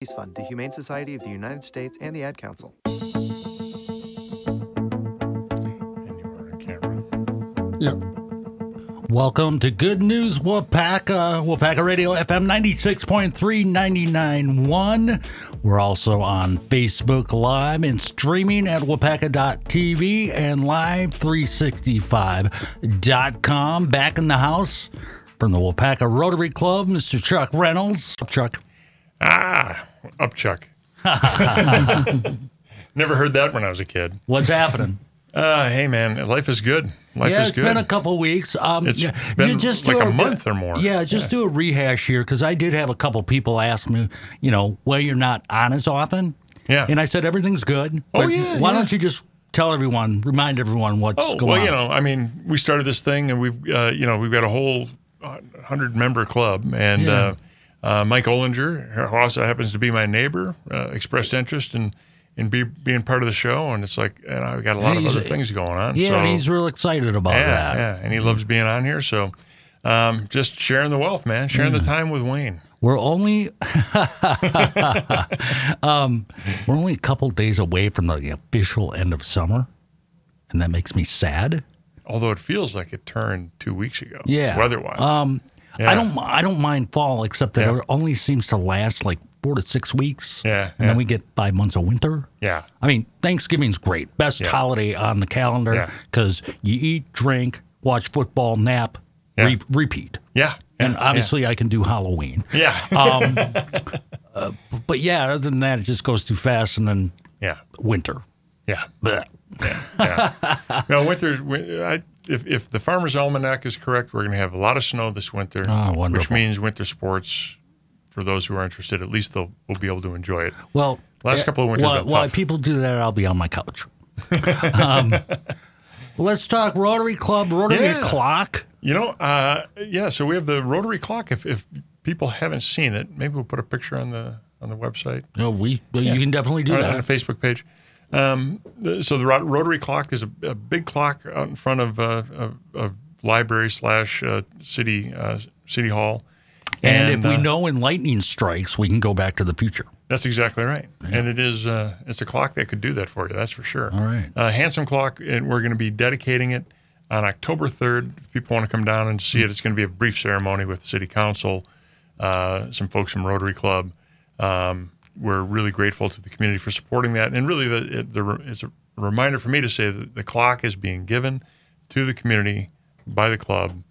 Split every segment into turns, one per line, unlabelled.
Peace Fund, the Humane Society of the United States, and the Ad Council.
And you were on camera.
Yeah.
Welcome to Good News Wapaka, Wapaka Radio FM 96.3, 99.1. We're also on Facebook Live and streaming at wapaka.tv and live365.com. Back in the house from the Wapaka Rotary Club, Mr. Chuck Reynolds. Chuck.
Ah, Upchuck. Never heard that when I was a kid.
What's happening?
Uh, hey, man, life is good. Life
yeah,
is
it's
good.
been a couple weeks. Um,
It's
yeah,
been
ju- just
like
do
a month or more.
Yeah, just do a rehash here because I did have a couple people ask me, you know, well, you're not on as often.
Yeah.
and I said everything's good.
Oh,
but
yeah,
Why
yeah.
don't you just tell everyone, remind everyone what's
oh,
going
well,
on?
you know, I mean, we started this thing and we've, uh, you know, we've got a whole uh, 100 member club. And
Yeah.
uh, uh, Mike Olinger, who also happens to be my neighbor, uh, expressed interest in, in be, being part of the show. And it's like, and I've got a lot of
He's-
other things going on.
yeah,
so,
and he's real excited about
yeah,
that. Mm-hmm.
yeah. And he loves being on here. So um, just sharing the wealth, man, sharing
Mm.
the time with Wayne.
We're only um, we're only a couple days away from the official end of summer, and that makes me sad.
although it feels like it turned two weeks ago.
Yeah.
Weather-wise.
Um,
Yeah.
I don't I don't mind fall except that
Yeah.
it only seems to last like four to six weeks.
Yeah,
And
yeah.
then we get five months of winter.
yeah.
I mean, Thanksgiving's great. Best
Yeah.
holiday on the calendar
Yeah.
because you eat, drink, watch football, nap,
Yeah.
re- repeat.
Yeah.
And
yeah,
obviously, I can do Halloween.
Yeah.
Um, But yeah, other than that, it just goes too fast and then
yeah.
winter.
Yeah.
Blech.
No, winter. win- I, if, if the farmer's almanac is correct, we're going to have a lot of snow this winter,
Ah,
which
wonderful.
means winter sports, for those who are interested, at least they'll will be able to enjoy it.
Well,
Last
eh,
couple of winters
While,
been
while
tough.
people do that, I'll be on my couch. um, let's talk Rotary Club, Rotary
Yeah.
Clock.
You know, uh, yeah. So we have the rotary clock. If, if people haven't seen it, maybe we'll put a picture on the on the website.
No, we well, you can definitely do
on, on the
that.
Facebook page. Um, the- so the rot- rotary clock is a, a big clock out in front of uh, of, of library slash uh, city uh, city hall.
And, if
uh,
we know when lightning strikes, we can go back to the future.
that's exactly right. And it is uh, it's a clock that could do that for you. That's for sure.
All right.
uh, handsome clock, and we're going to be dedicating it on October third. If people want to come down and see it, it's going to be a brief ceremony with the city council, uh, some folks from Rotary Club. Um, we're really grateful to the community for supporting that, and really, the, it, the re- it's a reminder for me to say that the clock is being given to the community by the club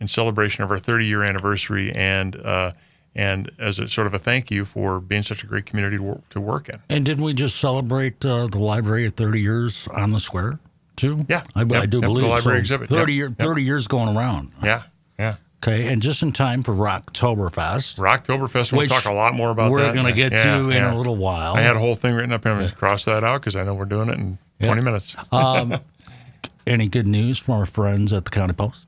in celebration of our 30 year anniversary, and uh, and as a sort of a thank you for being such a great community to, wor- to work in.
And didn't we just celebrate uh, the library at 30 years on the square too?
Yeah.
I, I
Yep,
do
yep, the
believe
library
so
exhibit,
30
yep,
year,
yep.
30 years going around.
Yeah, yeah.
Okay, and just in time for Rocktoberfest.
Rocktoberfest. We'll
Which
talk a lot more about
we're
that.
gonna get
Yeah,
to in
yeah.
a little while.
I had a whole thing written up here. I'm going to cross that out because I know we're doing it in 20 minutes.
Any good news from our friends at the County Post?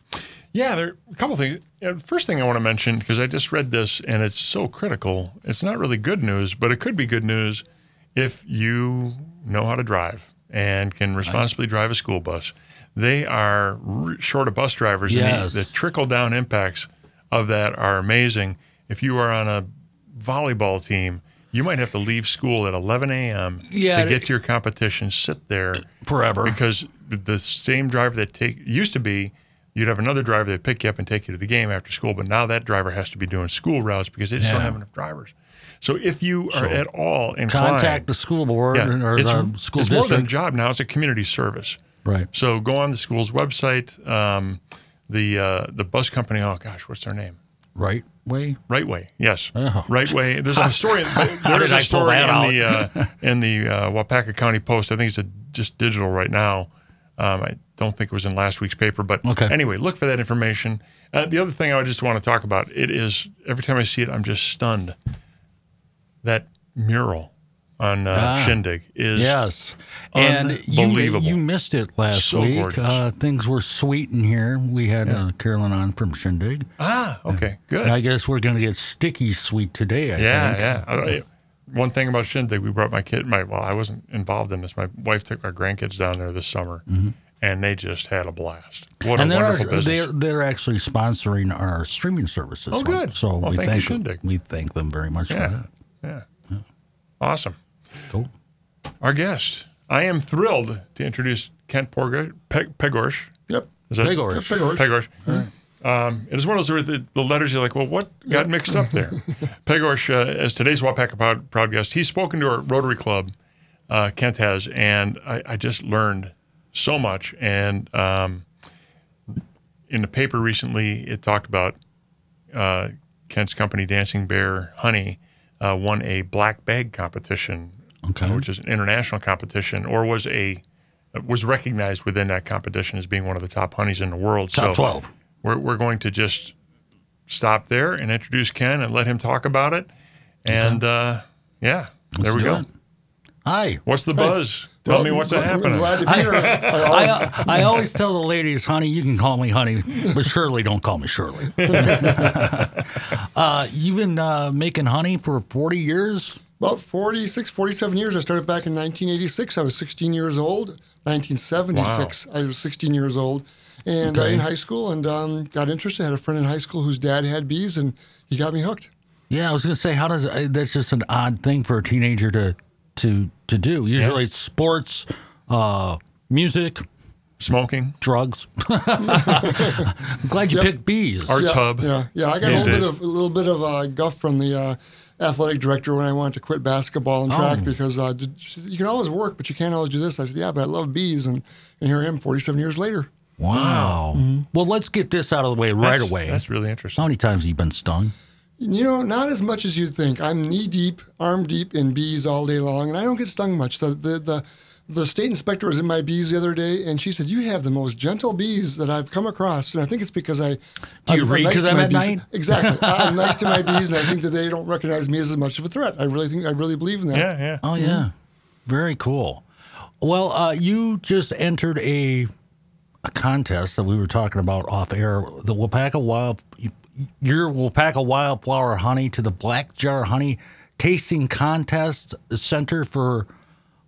yeah, there are a couple things. Yeah, First thing I want to mention because I just read this and it's so critical. It's not really good news, but it could be good news if you know how to drive and can responsibly drive a school bus. They are r- short of bus drivers.
Yes.
And the, the trickle down impacts of that are amazing. If you are on a volleyball team, you might have to leave school at 11 a.m.
Yeah,
to get to your competition, sit there
Forever.
because the same driver that take used to be, you'd have another driver that pick you up and take you to the game after school, but now that driver has to be doing school routes because they just don't
Yeah.
have enough drivers. So if you are at all inclined,
Contact the school board
yeah,
or
it's,
the school
it's more than a
district.
job now; it's a community service.
Right.
So go on the school's website. Um, the uh, the bus company. Oh gosh, what's their name?
Right way.
Right way, yes.
Oh.
Right way. There's a story. there is
did I
a
pull
story in
that
the uh, in the uh, Wapaka County Post. I think it's a, just digital right now. Um, I don't think it was in last week's paper, but
Okay.
anyway, look for that information. Uh, the other thing I just want to talk about it is every time I see it, I'm just stunned. That mural on uh,
Ah.
Shindig is
Yes, and you,
Unbelievable.
you missed it last
So
week.
gorgeous.
Uh, things were sweet in here. We had uh, Carolyn on from Shindig.
ah okay good
I guess we're going to get sticky sweet today. I
Yeah,
think.
yeah. I- I- one thing about Shindig, we brought my kid. My well, I wasn't involved in this. My wife took our grandkids down there this summer, and they just had a blast. What
And
a
they're,
wonderful business!
they're they're actually sponsoring our streaming services.
Oh, good.
So
Well,
we
thank you,
thank
Shindig.
we thank them very much
Yeah.
for that.
yeah, Awesome.
Cool.
Our guest. I am thrilled to introduce Kent Porg- Peg- Pegorsh.
Yep.
Is that-
Pegorsh.
That's Pegorsh.
Pegorsh. Um, it is one of those where the, the letters you're like, well, what got mixed up there? Pegorsh, uh, as today's Wapaka Pod, proud guest, he's spoken to our Rotary Club. Uh, Kent has, and I, I just learned so much. And um, in the paper recently, it talked about uh, Kent's company, Dancing Bear Honey, uh, won a black bag competition,
Okay.
which is an international competition, or was a was recognized within that competition as being one of the top honeys in the world.
Top 12.
We're, we're going to just stop there and introduce Ken and let him talk about it. And uh, yeah, there
Let's
we
do
go.
it. Hi.
What's the buzz? Tell
Well,
me what's
glad-
happening.
Glad to be here. I
Oh.
always-
I, I always tell the ladies, honey, you can call me honey, but surely don't call me Shirley. uh, you've been uh, making honey for 40 years?
About 46, 47 years. I started back in 1986. I was 16 years old. 1976, I was 16 years old. And uh,
Okay.
in high school, and um, got interested. I had a friend in high school whose dad had bees, and he got me hooked.
Yeah, I was going to say, how does uh, that's just an odd thing for a teenager to to to do? Usually it's sports, uh, music,
Smoking,
drugs. I'm glad you picked bees.
Arts
yeah,
Hub.
Yeah, yeah. I got a
These
little bit
days.
of a little bit of uh, guff from the uh, athletic director when I wanted to quit basketball and
Oh.
track because uh, did, she said, you can always work, but you can't always do this. I said, yeah, but I love bees, and, and here I am, 47 years later.
Wow. Well, let's get this out of the way right
Mm-hmm. That's-
away.
That's really interesting.
How many times have you been stung?
You know, not as much as you'd think. I'm knee deep, arm deep in bees all day long, and I don't get stung much. The the the, the state inspector was in my bees the other day, and she said, "You have the most gentle bees that I've come across." And I think it's because I
Do you
I'm
read to them
my
at
bees.
night?
Exactly, I'm nice to my bees, and I think that they don't recognize me as much of a threat. I really think I really believe in that.
Yeah, yeah.
Oh, yeah. Very cool. Well, uh, you just entered a a contest that we were talking about off air. The Wapaka Wild, your Wapaka Wildflower Honey to the Black Jar Honey Tasting Contest Center for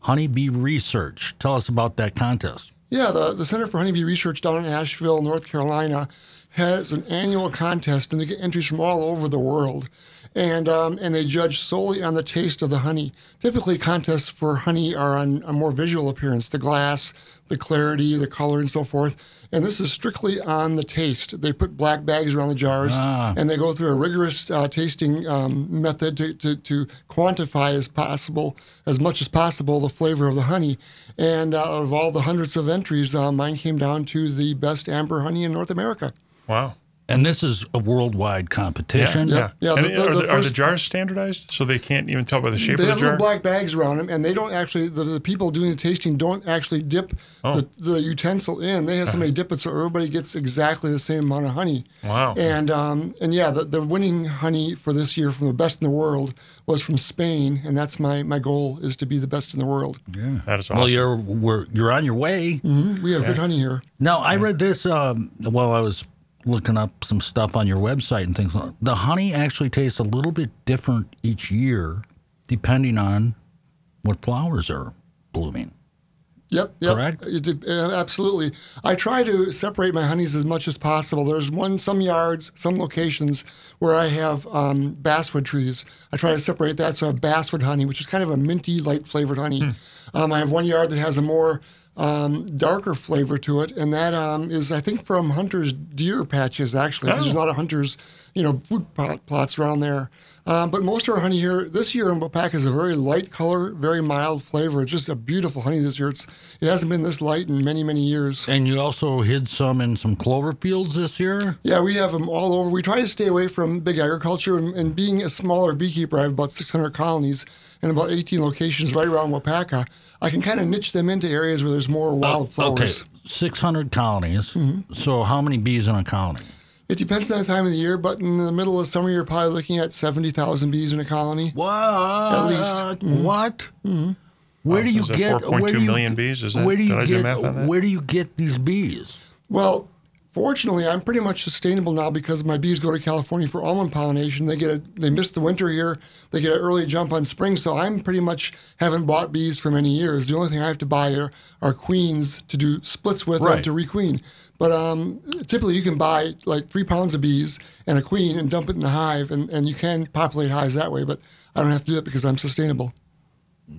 Honeybee Research. Tell us about that contest.
Yeah, the, the Center for Honeybee Research down in Asheville, North Carolina, has an annual contest, and they get entries from all over the world. And um, and they judge solely on the taste of the honey. Typically, contests for honey are on a more visual appearance, the glass, the clarity, the color, and so forth. And this is strictly on the taste. They put black bags around the jars, and they go through a rigorous uh, tasting um, method to, to, to quantify as possible, as much as possible, the flavor of the honey. And out of all the hundreds of entries, uh, mine came down to the best amber honey in North America.
Wow.
And this is a worldwide competition.
Yeah.
Yeah,
And
the- the-
are,
the
the, are the
first-
jars standardized so they can't even tell by the shape
They
of the
have
jar?
little black bags around them, and they don't actually. The, the people doing the tasting don't actually dip the, the utensil in. They have somebody dip it, so everybody gets exactly the same amount of honey.
Wow.
And um, and yeah, the, the winning honey for this year from the best in the world was from Spain, and that's my my goal is to be the best in the world.
that is awesome.
Well, you're we're, you're on your way.
We have good honey here.
Now, I read this um, while I was looking up some stuff on your website and things. like- The honey actually tastes a little bit different each year, depending on what flowers are blooming.
Yep, yep.
Correct?
It did- uh, absolutely. I try to separate my honeys as much as possible. There's one, some yards, some locations where I have um, basswood trees. I try to separate that. So I have basswood honey, which is kind of a minty, light flavored honey. Um, I have one yard that has a more um, darker flavor to it, and that um, is, I think, from hunters' deer patches. Actually, 'cause there's a lot of hunters, you know, food plot, plots around there. Um, but most of our honey here this year in Wapaka is a very light color, very mild flavor. It's just a beautiful honey this year. It's it hasn't been this light in many many years.
And you also hid some in some clover fields this year.
Yeah, we have them all over. We try to stay away from big agriculture, and, and being a smaller beekeeper, I have about 600 colonies and about 18 locations right around Wapaka. I can kind of niche them into areas where there's more
Okay,
wildflowers.
600 colonies. So, how many bees in a colony?
It depends on the time of the year, but in the middle of summer, you're probably looking at 70,000 bees in a colony.
What?
least.
What? Where do
Oh, Is
you
it
get? where
4.2
do you-
million bees? Is that-
where do
did
you
I do
get?
math on that?
Where do you get these bees?
Well, fortunately, I'm pretty much sustainable now because my bees go to California for almond pollination. They get a, they miss the winter here. They get an early jump on spring, so I'm pretty much haven't bought bees for many years. The only thing I have to buy are, are queens to do splits with
Right.
and to requeen. But um, typically, you can buy like three pounds of bees and a queen and dump it in the hive, and, and you can populate hives that way. But I don't have to do it because I'm sustainable.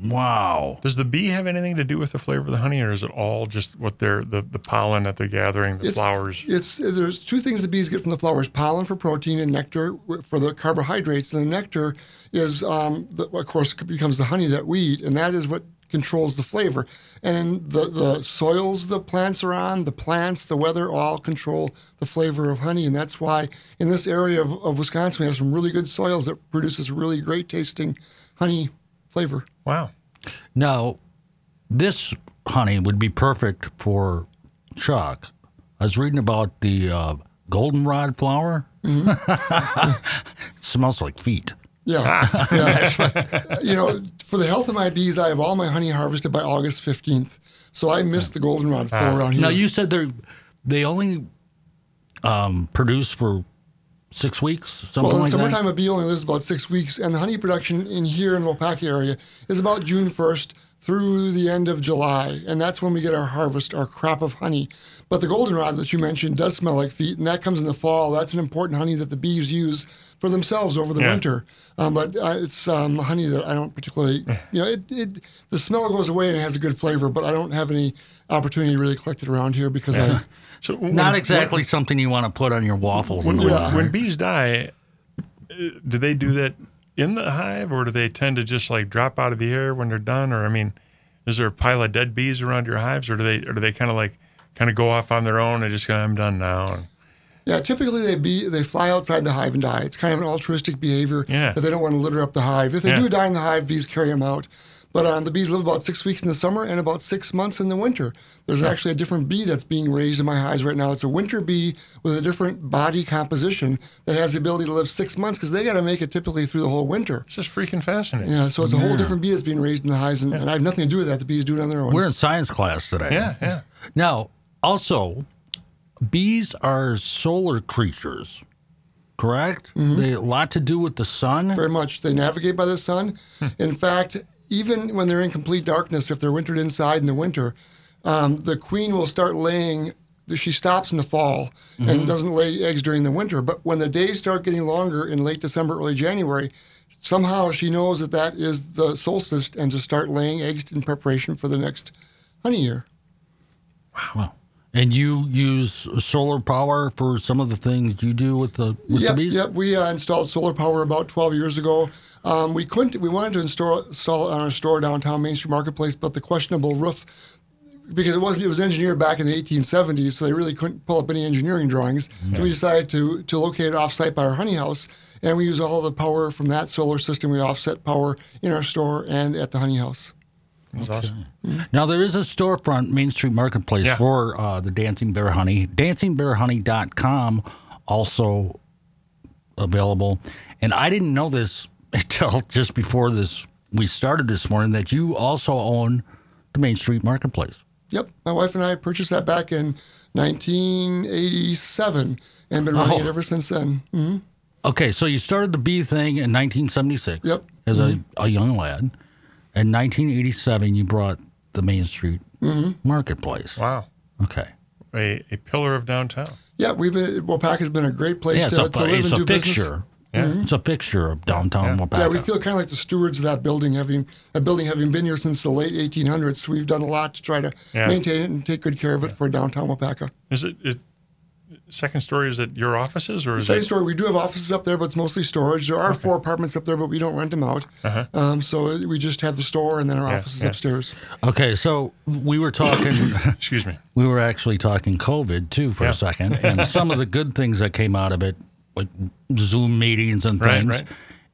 Wow.
Does the bee have anything to do with the flavor of the honey, or is it all just what they're the, the pollen that they're gathering, the
It's-
flowers?
It's there's two things the bees get from the flowers: pollen for protein and nectar for the carbohydrates. And the nectar is, um, the, of course, becomes the honey that we eat, and that is what controls the flavor. And the the soils the plants are on, the plants, the weather, all control the flavor of honey. And that's why in this area of, of Wisconsin, we have some really good soils that produces really great tasting honey flavor.
Wow.
Now, this honey would be perfect for Chuck. I was reading about the uh, goldenrod flower.
Mm-hmm.
it smells like feet.
Yeah. yeah. you know, for the health of my bees, I have all my honey harvested by August 15th. So I miss the goldenrod flower around here.
Now you said they they only um, produce for six weeks, something
well, in
like that.
summertime, a bee only lives about six weeks, and the honey production in here in Wopaka area is about June 1st through the end of July, and that's when we get our harvest, our crop of honey. But the goldenrod that you mentioned does smell like feet, and that comes in the fall. That's an important honey that the bees use for themselves over the
Yeah.
winter. Um, but uh, it's um, honey that I don't particularly,
Eh.
you know, it, it the smell goes away and it has a good flavor, but I don't have any opportunity to really collect it around here because I.
So when-
Not
when-
exactly something you want to put on your waffles.
When,
in the
when,
winter.
when bees die, uh, do they do that in the hive, or do they tend to just like drop out of the air when they're done? Or I mean, is there a pile of dead bees around your hives, or do they or do they kind of like kind of go off on their own and just go, I'm done now? And,
Yeah, typically they be they fly outside the hive and die. It's kind of an altruistic behavior.
Yeah.
That they don't want to litter up the hive. If they
Yeah.
do die in the hive, bees carry them out. But um, the bees live about six weeks in the summer and about six months in the winter. There's actually a different bee that's being raised in my hives right now. It's a winter bee with a different body composition that has the ability to live six months because they got to make it typically through the whole winter.
it's just freaking fascinating.
Yeah, so it's a whole different bee that's being raised in the hives, and, and I have nothing to do with that. The bees do it on their own.
We're in science class today.
yeah. yeah.
Now, also, bees are solar creatures, correct?
Mm-hmm.
They a lot to do with the sun.
very much. They navigate by the sun. in fact, even when they're in complete darkness, if they're wintered inside in the winter, um, the queen will start laying. She stops in the fall and doesn't lay eggs during the winter. But when the days start getting longer in late December, early January, somehow she knows that that is the solstice and to start laying eggs in preparation for the next honey year.
And you use solar power for some of the things you do with the with
yep,
the bees.
Yep, we uh, installed solar power about 12 years ago. Um, we couldn't. We wanted to install, install it on our store downtown Main Street Marketplace, but the questionable roof. Because it was not it was engineered back in the 1870s, so they really couldn't pull up any engineering drawings. So we decided to to locate it offsite by our honey house, and we use all the power from that solar system. We offset power in our store and at the honey house.
It's awesome.
Now there is a storefront, Main Street Marketplace,
Yeah.
for uh, the Dancing Bear Honey. DancingBearHoney.com also available. And I didn't know this until just before this we started this morning that you also own the Main Street Marketplace.
Yep, my wife and I purchased that back in 1987 and been running
Oh.
it ever since then.
Okay, so you started the bee thing in 1976.
Yep. Mm-hmm.
As a, a young lad. In 1987, you brought the Main Street
Mm-hmm.
Marketplace.
Wow.
Okay.
A, a pillar of downtown.
Yeah, we've been, Wapaka has been a great place
Yeah,
to,
it's
to
a,
live
it's
and do
a
business. Mm-hmm.
fixture. It's a fixture of downtown Wapaka.
Yeah, we feel kind of like the stewards of that building, having that building having been here since the late 1800s. So we've done a lot to try to
Yeah.
maintain it and take good care of it for downtown Wapaka.
Is it, it second story? Is it your offices or is
Same
it?
story. We do have offices up there, but it's mostly storage. There are four apartments up there, but we don't rent them out. Um, so we just have the store and then our offices
Uh-huh. yeah.
upstairs.
Okay, so we were talking,
Excuse me.
we were actually talking COVID too for
Yeah.
a second, and some of the good things that came out of it, like Zoom meetings and
Right,
things.
right.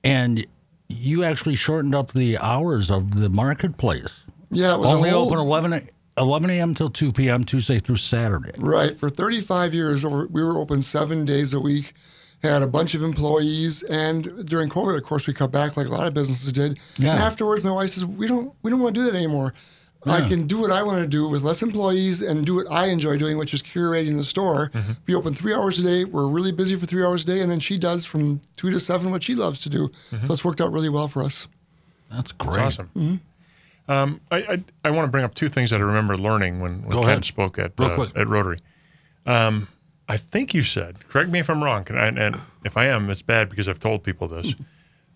And you actually shortened up the hours of the marketplace.
Yeah, it was
Only
a
Oh.
whole,
open 11, a- 11 a.m. till 2 p.m. Tuesday through Saturday.
Right. For 35 years, over- we were open seven days a week, had a bunch of employees, and during COVID, of course, we cut back like a lot of businesses did.
Yeah.
And afterwards, my wife says, "We don't, we don't want to do that anymore. I can do what I want to do with less employees and do what I enjoy doing, which is curating the store.
Mm-hmm.
Be open three hours a day. We're really busy for three hours a day, and then she does from two to seven what she loves to do.
Mm-hmm.
So it's worked out really well for us.
That's great. Mm-hmm.
It's awesome. Um, I, I, I want to bring up two things that I remember learning when, when
Go
Ken
ahead.
spoke at
Real
uh,
quick.
at Rotary. Um, I think you said, correct me if I'm wrong, and, and if I am, it's bad because I've told people this.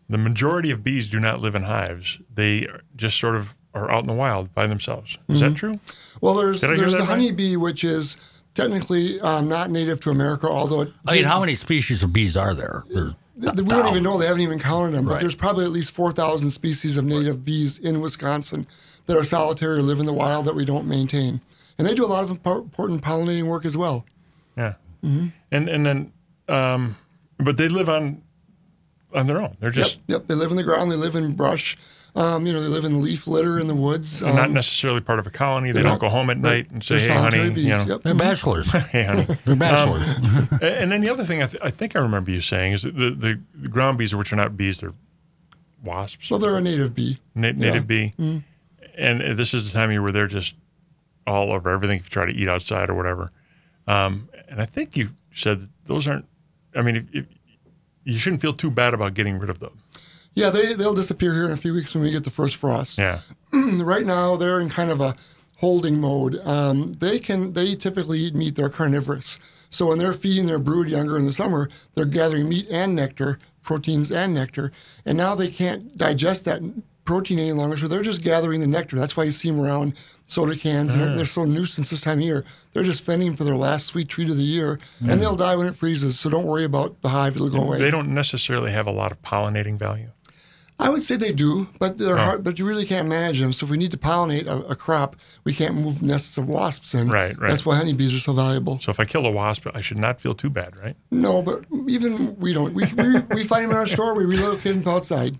The majority of bees do not live in hives. They just sort of are out in the wild by themselves. Is
Mm-hmm.
that true?
Well, there's
Did I hear
there's
that
the
right?
honeybee, which is technically um, not native to America, although it,
I mean, how many species of bees are there? There's
th- we don't even know. They haven't even counted them.
Right.
But there's probably at least 4,000 species of native bees in Wisconsin that are solitary or live in the wild that we don't maintain. And they do a lot of impor- important pollinating work as well.
Yeah.
Mm-hmm.
And and then, um, but they live on on their own. They're
Yep,
just
yep. They live in the ground. They live in brush. Um, you know, they live in leaf litter in the woods. Um,
not necessarily part of a colony. They
they're
don't
not-
go home at night and say,
they're
"Hey, honey,"
solitary bees.
you know.
Yep.
they're bachelors.
Hey, honey.
They're bachelors.
A- And then the other thing I, th- I think I remember you saying is that the, the, the ground bees, which are not bees, they're wasps,
So they're a native bee.
na- native
yeah. Mm-hmm.
bee. And uh, this is the time of year where they're just all over everything if you try to eat outside or whatever. Um, and I think you said that those aren't, I mean, if, if, you shouldn't feel too bad about getting rid of them.
Yeah, they, they'll disappear here in a few weeks when we get the first frost.
Yeah.
right now they're in kind of a holding mode. Um, they can they typically eat meat. They're carnivorous, so when they're feeding their brood younger in the summer, they're gathering meat and nectar, proteins and nectar, and now they can't digest that protein any longer, so they're just gathering the nectar. That's why you see them around soda cans. and
Mm.
They're, they're so nuisance this time of year. They're just fending for their last sweet treat of the year, and they'll die when it freezes. So don't worry about the hive; it'll go away.
Mm. They don't necessarily have a lot of pollinating value.
I would say they do, but they're hard, but you really can't manage them. So if we need to pollinate a, a crop, we can't move nests of wasps in.
Right, right.
That's why honeybees are so valuable.
So if I kill a wasp, I should not feel too bad, right?
No, but even we don't. We, we, we find them in our store. We relocate them outside.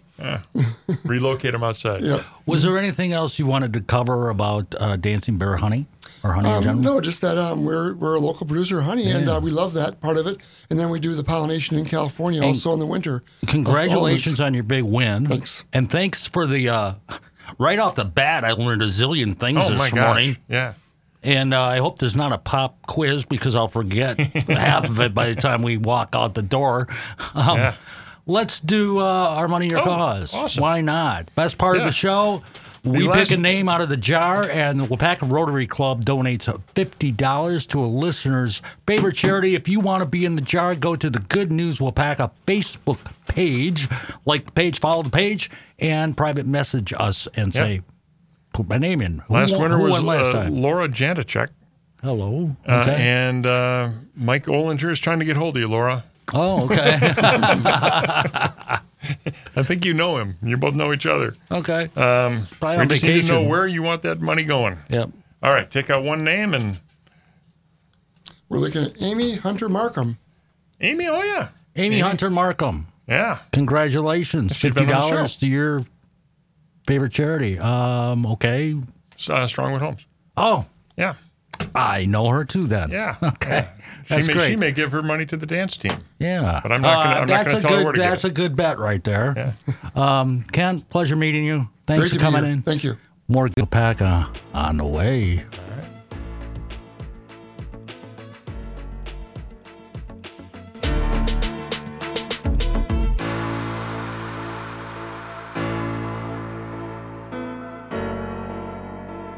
Relocate them outside.
Yeah.
Was there anything else you wanted to cover about uh, dancing bear honey or honey in
Um,
general?
no, just that um, we're we're a local producer of honey, and uh, we love that part of it. And then we do the pollination in California also in the winter.
Congratulations
Of all
on your big win.
Oh, Thanks.
And thanks for the. Uh, right off the bat, I learned a zillion things
Oh
this
my gosh.
morning.
Yeah.
And uh, I hope there's not a pop quiz because I'll forget half of it by the time we walk out the door. Um,
Yeah.
Let's do uh, Our Money, Your
Oh,
Cause.
awesome.
Why not? Best part of
Yeah.
the show. We
last-
pick a name out of the jar, and the Wapaka Rotary Club donates $50 to a listener's favorite charity. If you want to be in the jar, go to the Good News Wapaka Facebook page, like the page, follow the page, and private message us and
Yeah.
say, put my name in. Who
Last
won-
winner
who
was
won last
uh,
time?
Laura Janacek.
Hello.
Uh,
Okay.
And uh, Mike Olinger is trying to get hold of you, Laura.
oh, okay.
I think you know him. You both know each other.
okay. Um, Probably
we
on
just
vacation.
need to know where you want that money going.
Yep.
All right, take out one name and
We're looking at Amy Hunter Markham.
Amy. Oh yeah,
Amy Hunter Markham.
yeah.
Congratulations.
She's
Fifty
been on the
dollars
show.
to your favorite charity. Um, okay.
S- Uh, Strongwood Homes.
Oh,
Yeah,
I know her too then.
yeah.
Okay.
Yeah. She
That's
may,
great.
she may give her money to the dance team.
yeah.
But I'm not gonna-
Uh,
I'm not
that's
gonna
a
tell her
good,
where to get
That's
it.
a good bet right there. Um, Ken, pleasure meeting you. Thanks
Great to
for
be
coming
here.
in.
Thank you.
More Gilpaca uh, on the way.